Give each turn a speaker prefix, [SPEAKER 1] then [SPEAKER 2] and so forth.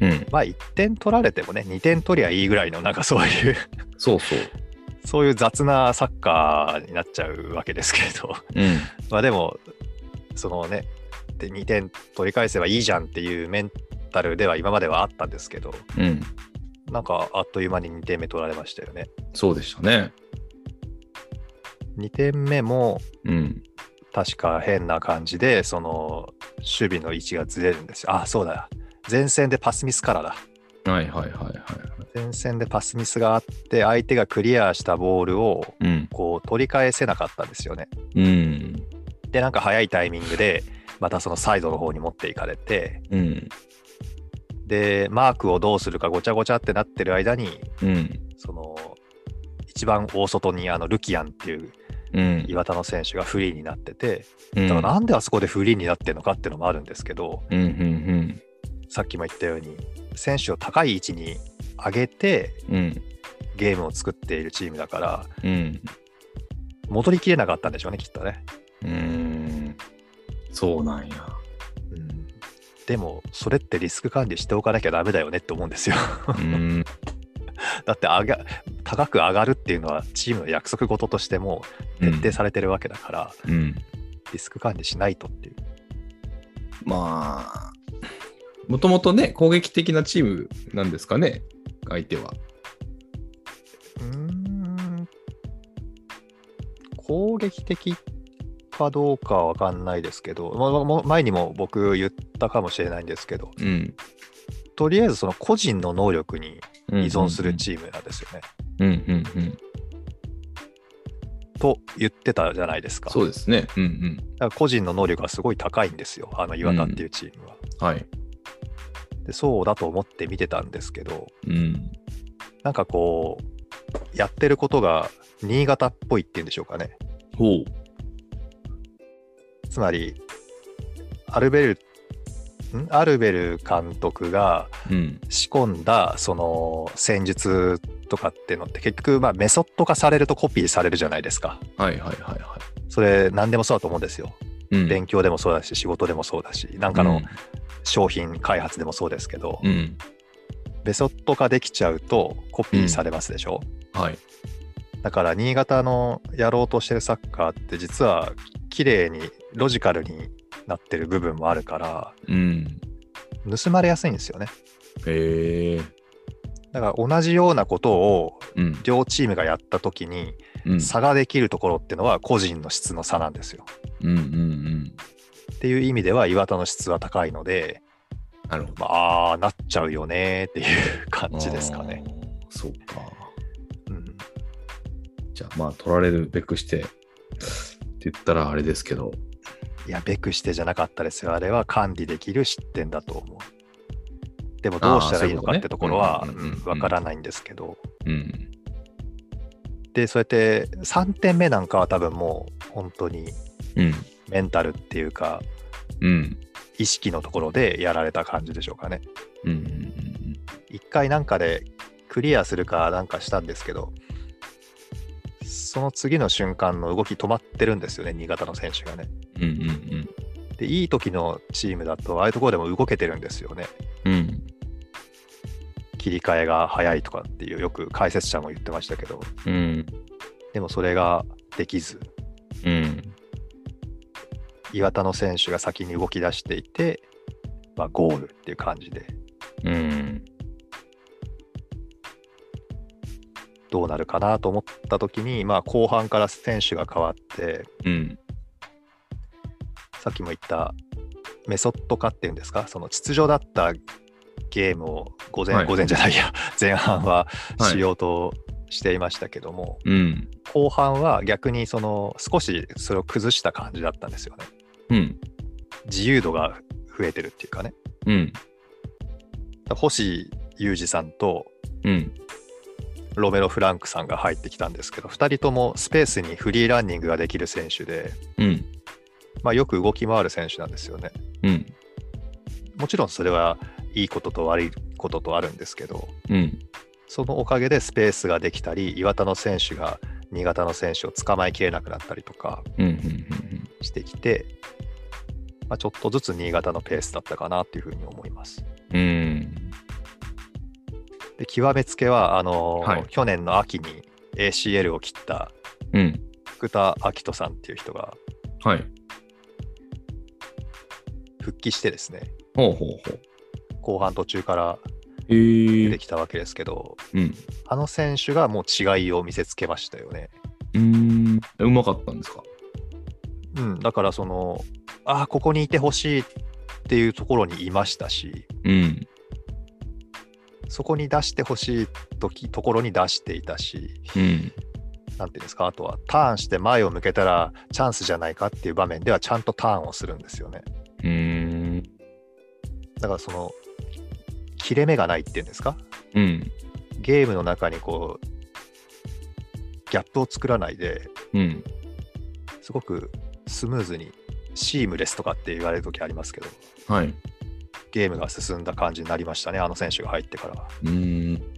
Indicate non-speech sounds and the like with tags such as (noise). [SPEAKER 1] うん。
[SPEAKER 2] まあ1点取られてもね、2点取りゃいいぐらいの、なんかそういう、 (laughs)
[SPEAKER 1] そうそう。
[SPEAKER 2] そういう雑なサッカーになっちゃうわけですけれど、 (laughs)
[SPEAKER 1] うん。
[SPEAKER 2] まあでも、そのね、で2点取り返せばいいじゃんっていうメンタルでは今まではあったんですけど、
[SPEAKER 1] うん。
[SPEAKER 2] なんかあっという間に2点目取られましたよね。
[SPEAKER 1] そうでしたね。
[SPEAKER 2] 2点目も
[SPEAKER 1] うん。
[SPEAKER 2] 確か変な感じで、その守備の位置がずれるんですよ。あ、そうだ。前線でパスミスからだ。
[SPEAKER 1] はいはいはいはい。
[SPEAKER 2] 前線でパスミスがあって、相手がクリアしたボールを
[SPEAKER 1] うん。
[SPEAKER 2] こう取り返せなかったんですよね。
[SPEAKER 1] うん。
[SPEAKER 2] で、なんか早いタイミングで、またそのサイドの方に持っていかれて、
[SPEAKER 1] うん。
[SPEAKER 2] で、マークをどうするかごちゃごちゃってなってる間に、
[SPEAKER 1] うん。
[SPEAKER 2] その、一番大外にあのルキアンっていう
[SPEAKER 1] うん。
[SPEAKER 2] 岩田の選手がフリーになってて、
[SPEAKER 1] うん。
[SPEAKER 2] だからなんであそこでフリーになってるのかっていうのもあるんですけど、
[SPEAKER 1] うん。うん。
[SPEAKER 2] さっきも言ったように、選手を高い位置に上げて
[SPEAKER 1] うん。うん。
[SPEAKER 2] ゲームを作っているチームだから、
[SPEAKER 1] うん。
[SPEAKER 2] 戻りきれなかったんでしょうね、きっとね。
[SPEAKER 1] うん。そうなんや。
[SPEAKER 2] うんでも、それってリスク管理しておかなきゃダメだよねって思うんですよ。
[SPEAKER 1] うん。
[SPEAKER 2] だって上が、高く上がるっていうのは、チームの約束事としてもう徹底されてるわけだから、
[SPEAKER 1] うん。
[SPEAKER 2] リスク管理しないとっていう。
[SPEAKER 1] まあ、もともとね、攻撃的なチームなんですかね、相手は。
[SPEAKER 2] うん。攻撃的かどうかは分かんないですけど、ままま前にも僕言ったかもしれないんですけど、
[SPEAKER 1] うん。
[SPEAKER 2] とりあえずその個人の能力に
[SPEAKER 1] 依
[SPEAKER 2] 依存するチームなんですよね。
[SPEAKER 1] ーム。うんうんうん。
[SPEAKER 2] と言ってたじゃないですか。
[SPEAKER 1] そうですね。うんうん。
[SPEAKER 2] だから個人の能力がすごい高いんですよ、あの岩田っていうチームは。
[SPEAKER 1] はい。
[SPEAKER 2] でそうだと思って見てたんですけど、
[SPEAKER 1] うん。
[SPEAKER 2] なんかこう、やってることが新潟っぽいっていうんでしょうかね。
[SPEAKER 1] ほう。
[SPEAKER 2] つまり、アルベル、んアルベル監督が
[SPEAKER 1] うん。
[SPEAKER 2] 仕込んだその戦術とかっていうのって結局まあメソッド化されるとコピーされるじゃないですか。
[SPEAKER 1] はいはいはいは
[SPEAKER 2] それ何でもそうだと思うんですよ。
[SPEAKER 1] い。うん。
[SPEAKER 2] 勉強でもそうだし仕事でもそうだしなんかの商品開発でもそうですけど、
[SPEAKER 1] うん。うん。
[SPEAKER 2] ベソット化できちゃうとコピーされますでしょ、
[SPEAKER 1] はい。
[SPEAKER 2] だから新潟のやろうとしてるサッカーって実は綺麗にロジカルになってる部分もあるから
[SPEAKER 1] うん。
[SPEAKER 2] 盗まれやすいんですよね
[SPEAKER 1] へえ。
[SPEAKER 2] だから同じようなことを
[SPEAKER 1] うん。
[SPEAKER 2] 両チームがやった時に
[SPEAKER 1] うん。
[SPEAKER 2] 差ができるところっていうのは個人の質の差なんですよ
[SPEAKER 1] うんうんうん。
[SPEAKER 2] っていう意味では岩田の質は高いので、
[SPEAKER 1] なるほど。
[SPEAKER 2] まあ、あーなっちゃうよねっていう感じですかね。
[SPEAKER 1] あー。そうか。
[SPEAKER 2] うん
[SPEAKER 1] じゃあまあ、取られるべくして、って言ったらあれですけど。
[SPEAKER 2] いや、べくしてじゃなかったですよ。あれは管理できる失点だと思う。でもどうしたらいいのか
[SPEAKER 1] あー
[SPEAKER 2] ってところは
[SPEAKER 1] そういうことねうんうんうんうん
[SPEAKER 2] わからないんですけど。
[SPEAKER 1] うん。
[SPEAKER 2] で、そうやって3点目なんかは多分もう本当に
[SPEAKER 1] うん。
[SPEAKER 2] メンタルっていうか
[SPEAKER 1] うん。
[SPEAKER 2] 意識のところでやられた感じでしょうかね。
[SPEAKER 1] うんうんうん
[SPEAKER 2] 1回なんかでクリアするかなんかしたんですけど、その次の瞬間の動き止まってるんですよね、新潟の選手がね。
[SPEAKER 1] うんうん
[SPEAKER 2] で、いい時のチームだと、ああいうところでも動けてるんですよね。
[SPEAKER 1] うんうん
[SPEAKER 2] 切り替えが早いとかっていうよく解説者も言ってましたけど
[SPEAKER 1] うん
[SPEAKER 2] でもそれができず
[SPEAKER 1] うん
[SPEAKER 2] 岩田の選手が先に動き出していて、まあ、ゴールっていう感じで
[SPEAKER 1] うん
[SPEAKER 2] どうなるかなと思った時に、まあ、後半から選手が変わって
[SPEAKER 1] うん
[SPEAKER 2] さっきも言ったメソッド化っていうんですかその秩序だったゲームを午前、
[SPEAKER 1] はい
[SPEAKER 2] 午前じゃないや (laughs) 前半は
[SPEAKER 1] はい
[SPEAKER 2] しようとしていましたけども、
[SPEAKER 1] うん
[SPEAKER 2] 後半は逆にその少しそれを崩した感じだったんですよね。
[SPEAKER 1] うん
[SPEAKER 2] 自由度が増えてるっていうかね。
[SPEAKER 1] うん
[SPEAKER 2] だから星裕二さんと
[SPEAKER 1] うん
[SPEAKER 2] ロメロ・フランクさんが入ってきたんですけど、2人ともスペースにフリーランニングができる選手で、
[SPEAKER 1] うん
[SPEAKER 2] まあ、よく動き回る選手なんですよね。
[SPEAKER 1] うん
[SPEAKER 2] もちろんそれはいいことと悪いこととあるんですけど、
[SPEAKER 1] うん
[SPEAKER 2] そのおかげでスペースができたり、岩田の選手が新潟の選手を捕まえきれなくなったりとか
[SPEAKER 1] うんうん
[SPEAKER 2] してきて、まあ、ちょっとずつ新潟のペースだったかなっていうふうに思います。
[SPEAKER 1] うん
[SPEAKER 2] で極めつけはあのー
[SPEAKER 1] はい
[SPEAKER 2] 去年の秋に ACL を切った
[SPEAKER 1] うん。
[SPEAKER 2] 福田明人さんっていう人が
[SPEAKER 1] はい。
[SPEAKER 2] 復帰してですね
[SPEAKER 1] ほうほうほう。
[SPEAKER 2] 後半途中から
[SPEAKER 1] え
[SPEAKER 2] 出
[SPEAKER 1] ー
[SPEAKER 2] て。きたわけですけど、
[SPEAKER 1] うん。
[SPEAKER 2] あの選手がもう違いを見せつけましたよね。
[SPEAKER 1] うーん。うまかったんですか
[SPEAKER 2] うん、だからそのああここにいてほしいっていうところにいましたし
[SPEAKER 1] うん。
[SPEAKER 2] そこに出してほしい時ところに出していたし
[SPEAKER 1] うん。
[SPEAKER 2] なんていうんですかあとはターンして前を向けたらチャンスじゃないかっていう場面ではちゃんとターンをするんですよね。
[SPEAKER 1] うーん。
[SPEAKER 2] だからその切れ目がないっていうんですか
[SPEAKER 1] うん。
[SPEAKER 2] ゲームの中にこうギャップを作らないで
[SPEAKER 1] うん。
[SPEAKER 2] すごくスムーズにシームレスとかって言われる時ありますけど
[SPEAKER 1] はい。
[SPEAKER 2] ゲームが進んだ感じになりましたねあの選手が入ってからは
[SPEAKER 1] うーん。